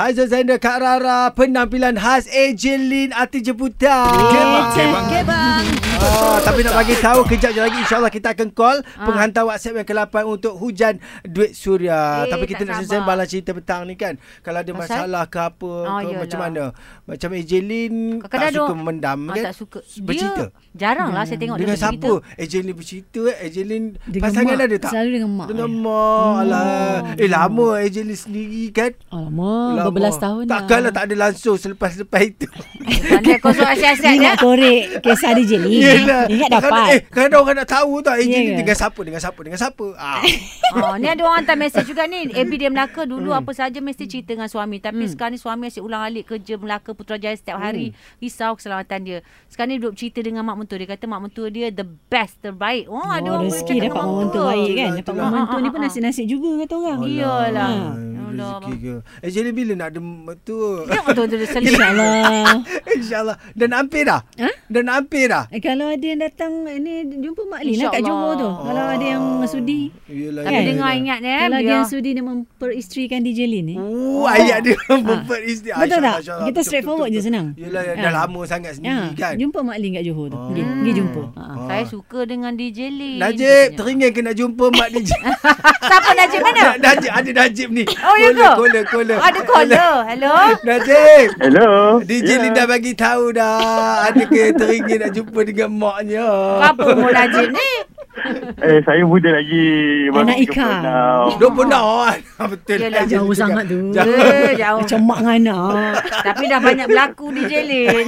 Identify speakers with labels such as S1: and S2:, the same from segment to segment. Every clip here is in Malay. S1: Haizan Zainal Kak Rara penampilan khas Ejelin artis jemputan.
S2: Kebang.
S3: Kebang.
S1: Oh, tapi nak bagi tahu kejap je lagi insyaAllah kita akan call
S3: Ah.
S1: penghantar WhatsApp yang ke-8 untuk hujan duit suria.
S3: Eh,
S1: tapi kita
S3: tak
S1: nak
S3: sabar.
S1: selesai balas cerita petang ni kan. Kalau ada
S3: Pasal?
S1: masalah ke apa
S3: Ah,
S1: ke
S3: yalah.
S1: macam mana. Macam Ejelin
S3: Kadang-kadang
S1: tak suka
S3: ada-
S1: memendam
S3: Ah,
S1: kan.
S3: tak suka.
S1: Bercerita.
S3: Dia jarang lah saya tengok
S1: Dengan
S3: dia bercerita.
S1: siapa? Ejelin bercerita eh. Ejelin
S4: Dengan
S1: pasangan
S4: mak.
S1: ada tak?
S4: Selalu dengan mak. eh. Hmm.
S1: Dengan mak lah. Eh lama Ejelin sendiri kan.
S5: Oh,
S4: Alamak,
S1: Lama.
S4: berbelas tahun
S5: lah.
S1: Takkanlah tak ada langsung selepas-lepas itu.
S3: Pandai kau suruh asyik-asyik
S5: Ni
S3: ya.
S5: nak korek Kisah Eh, dia je ni
S1: Yelah.
S5: Ingat
S1: Kadang- Eh,
S5: dapat
S1: kadang orang nak tahu tak Ejen
S5: Ya
S1: ni
S5: ke?
S1: dengan siapa, dengan siapa, dengan siapa. Ah.
S3: Oh, ni ada orang hantar mesej juga ni. AB dia Melaka dulu apa saja mesti cerita dengan suami. Tapi sekarang ni suami asyik ulang-alik kerja Melaka Putrajaya setiap hari. Risau keselamatan dia. Sekarang ni duduk cerita dengan mak mentua. Dia kata mak mentua dia the best, terbaik. Oh, ada
S5: Oh,
S3: orang boleh
S5: rezeki
S3: cakap
S5: dapat
S3: dengan mak
S5: momentum
S3: mentua.
S5: baik kan
S1: Itulah,
S5: Dapat
S1: itulah.
S5: momentum ni pun
S3: Ah, ah, ah.
S5: nasib-nasib juga kata orang
S3: Iyalah.
S5: Ya
S1: Allah.
S3: Allah.
S1: Ya Rezeki ke. Ejen ni bila nak ada mertua?
S3: Ya, betul betul selip.
S5: InsyaAllah
S1: InsyaAllah. Dan hampir dah.
S5: Ha?
S1: Dan hampir dah.
S5: Eh, Kalau ada yang datang eh, ni jumpa Mak Lin lah kat
S3: InsyaAllah.
S5: Johor tu. Kalau ada yang sudi.
S1: Ah, Yelah,
S3: Tapi
S5: Kan?
S3: dengar ingat eh.
S5: Kalau ada
S3: dia-
S5: yang sudi dia memperistrikan DJ Lin eh. ni.
S1: Oh, ayat dia memperistri.
S5: Ha. Betul tak? Kita straight forward je, senang.
S1: Yelah,
S5: Ha.
S1: dah lama sangat sendiri
S5: Ya,
S1: kan.
S5: jumpa Mak Lin kat Johor tu. Pergi,
S1: Hmm.
S5: pergi jumpa. Ha.
S1: Ah.
S3: Saya suka dengan DJ Lee.
S1: Najib, teringin kena jumpa Mak Najib.
S3: Siapa Najib mana?
S1: Na- Najib, ada Najib ni.
S3: Oh, ya ke?
S1: Kola, kola, kola.
S3: Oh, Ada caller. Hello.
S1: Najib.
S6: Hello. Ya.
S1: DJ yeah. Linda bagi tahu dah ada ke teringin nak jumpa dengan maknya.
S3: Berapa umur Najib ni?
S6: Eh, saya muda lagi. Baru
S5: Anak Ika.
S6: 36.
S1: Dua pun dah. Betul.
S3: Yelah,
S1: Najib
S4: Jauh
S1: juga.
S4: sangat tu.
S1: Jauh.
S3: Eh, jauh.
S5: Macam mak dengan anak.
S3: Tapi dah banyak berlaku DJ Lin.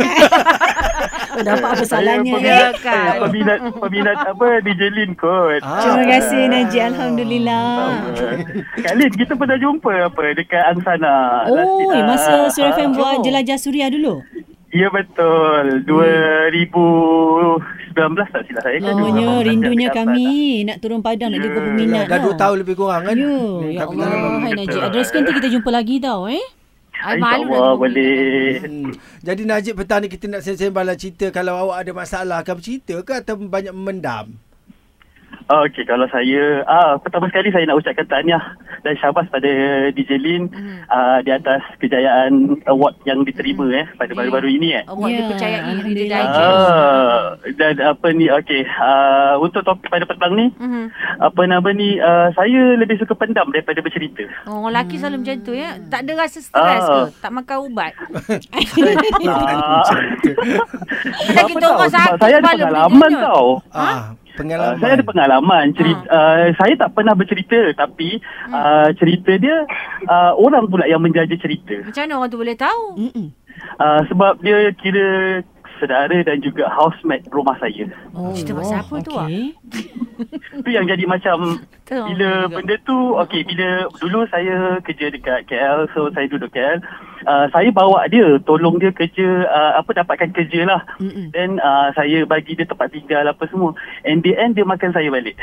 S5: Tak dapat apa
S6: Eh, Saya
S5: salahnya.
S3: peminat-
S5: Ya.
S3: Ya kan?
S6: Saya peminat, peminat apa, DJ Lin kot.
S1: Ah.
S5: Terima kasih Najib. Alhamdulillah.
S6: Eh, Kak Lin, kita pernah jumpa apa dekat Angsana.
S5: Oh,
S6: last-
S5: masa
S6: ah,
S5: Surya Fan
S6: ah.
S5: buat jelajah Suria dulu.
S6: Ya, betul. 2019 tak silap saya. kan? ke?
S5: Lamanya
S6: 2018
S5: rindunya
S6: dekat
S5: kami nak turun padang nak jumpa peminat.
S1: Dah dua Ya, tahun lebih kurang kan?
S5: lah. Ya, ya
S1: Tapi tak
S5: Allah.
S1: lama.
S5: Hai Najib. Ada rezeki nanti kan kita jumpa lagi tau eh.
S3: Ai, malu lah dah
S6: Angsana. InsyaAllah
S3: tengok
S6: boleh.
S1: Hmm. Jadi Najib petang ni kita nak sembang lah cerita kalau awak ada masalah akan bercerita ke atau banyak mendam?
S6: Ah, Okey, kalau saya ah pertama sekali saya nak ucapkan tahniah dan syabas pada DJ Lin
S3: Mhm.
S6: ah, di atas kejayaan award yang diterima eh pada
S3: Ya.
S6: baru-baru ini eh.
S3: Awak
S5: Ya,
S3: dipercayai Reader
S5: Alhamdulillah.
S3: Digest.
S6: Ah, dan apa ni okey ah, untuk topik pada petang ni
S3: Mhm.
S6: apa nama ni ah, saya lebih suka pendam daripada bercerita.
S3: Oh, Orang lelaki selalu macam tu ya. Tak ada rasa stres
S6: Ah.
S3: ke? Tak makan ubat.
S1: Kan,
S6: Ah,
S3: Kita kita
S6: apa
S3: orang
S6: tau, sebab
S3: sakit
S6: saya ada
S3: kepala
S6: pengalaman
S3: benda
S6: tau.
S1: Ah,
S6: Ah,
S1: pengalaman.
S6: saya ada pengalaman cerita ah, saya tak pernah bercerita tapi ah, cerita dia ah, orang pula yang menjaja cerita.
S3: Macam mana orang tu boleh tahu?
S5: Mm-mm.
S6: Uh, sebab dia kira saudara dan juga housemate rumah saya.
S5: Oh,
S3: Cerita pasal apa tu, ah?
S5: okey.
S6: Itu yang jadi macam
S3: Tahu
S6: bila
S3: juga.
S6: benda tu okey bila dulu saya kerja dekat KL so saya duduk KL uh, saya bawa dia tolong dia kerja uh, apa dapatkan kerja lah
S5: Mm-mm.
S6: then uh, saya bagi dia tempat tinggal apa semua and the end dia makan saya balik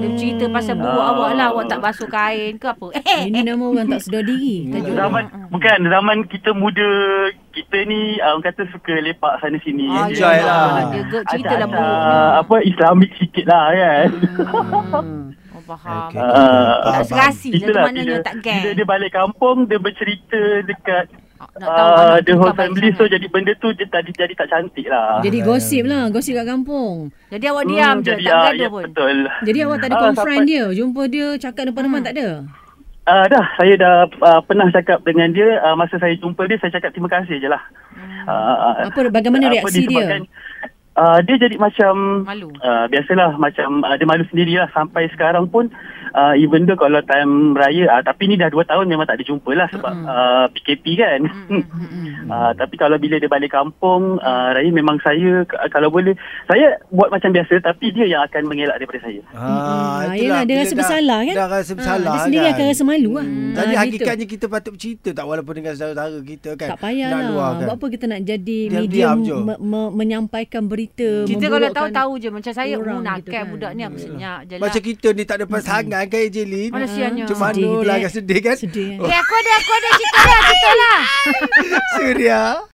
S3: Dia cerita pasal buruk
S6: Ah.
S3: awak lah. Awak tak basuh kain ke apa. Eh, Ah,
S5: Ini nama orang tak sedar diri.
S1: Hmm.
S6: zaman bukan zaman kita muda kita ni uh, orang kata suka lepak sana sini
S3: Ah,
S6: And
S1: Enjoy
S6: then,
S1: lah.
S6: uh,
S3: Dia good cerita
S6: ada,
S3: lah
S6: ada
S3: buruknya.
S6: apa Islamik sikit lah kan
S3: Oh, faham.
S1: Okey.
S6: Ah,
S3: Tak serasi lah tu
S6: Itulah
S3: maknanya
S6: bila,
S3: tak geng.
S6: bila dia balik kampung dia bercerita dekat
S3: Ah, Nak tahu
S6: uh,
S3: anak
S6: the
S3: tu
S6: whole
S3: bukan
S6: family
S3: baik
S6: so
S3: sangat.
S6: jadi benda tu dia tadi jadi tak cantik lah.
S5: Jadi gosip lah, gosip kat kampung.
S3: Jadi awak oh, diam je. Tak
S6: ah,
S3: bergaduh
S6: ya,
S3: pun.
S6: Betul.
S5: Jadi awak tak ada
S6: Ah,
S5: confront
S6: sampai-
S5: dia, jumpa dia, cakap
S3: Hmm.
S5: depan-depan tak ada.
S6: Uh, dah saya dah uh, pernah cakap dengan dia uh, masa saya jumpa dia saya cakap terima kasih je lah. Uh,
S5: Hmm. Apa bagaimana reaksi dia?
S6: Uh, dia jadi macam
S3: Malu.
S6: Uh, biasalah macam uh, dia malu sendirilah sampai sekarang pun uh, even though kalau time raya uh, tapi ni dah 2 tahun memang tak ada jumpa lah sebab
S5: Hmm.
S6: uh, PKP kan
S3: Mm-mm.
S6: Uh, tapi kalau bila dia balik kampung uh, Raya memang saya k- kalau boleh saya buat macam biasa tapi dia yang akan mengelak daripada saya
S1: Ah,
S5: Mm-mm. Ah,
S1: itulah.
S5: yelah, dia
S1: Bila
S5: rasa
S1: dah-
S5: bersalah, kan?
S1: Dah rasa
S5: Ah,
S1: bersalah
S5: dia sendiri
S1: kan?
S5: akan rasa malu lah.
S1: Hmm. Jadi
S5: Ah, gitu.
S1: hakikatnya kita patut bercerita tak walaupun dengan saudara-saudara kita kan.
S5: Tak payahlah.
S1: luahkan.
S5: Buat apa kita nak jadi
S1: Diam-diam
S5: media
S1: je.
S5: me- me- menyampaikan berita. kan?
S3: Kita kalau tahu
S5: memburukkan-
S3: tahu je macam saya
S5: orang
S3: orang
S5: gitu
S3: nakal
S5: kan.
S3: budak ni apa senyap je lah.
S1: Macam kita ni tak ada pasangan kan Ejelin?
S3: Mana sianya.
S1: Cuma
S5: Sedih,
S1: Anu lah
S5: Dek.
S1: agak sedih kan?
S5: Sedih.
S3: Eh, aku ada, aku ada cerita lah, cerita lah.
S1: Suria.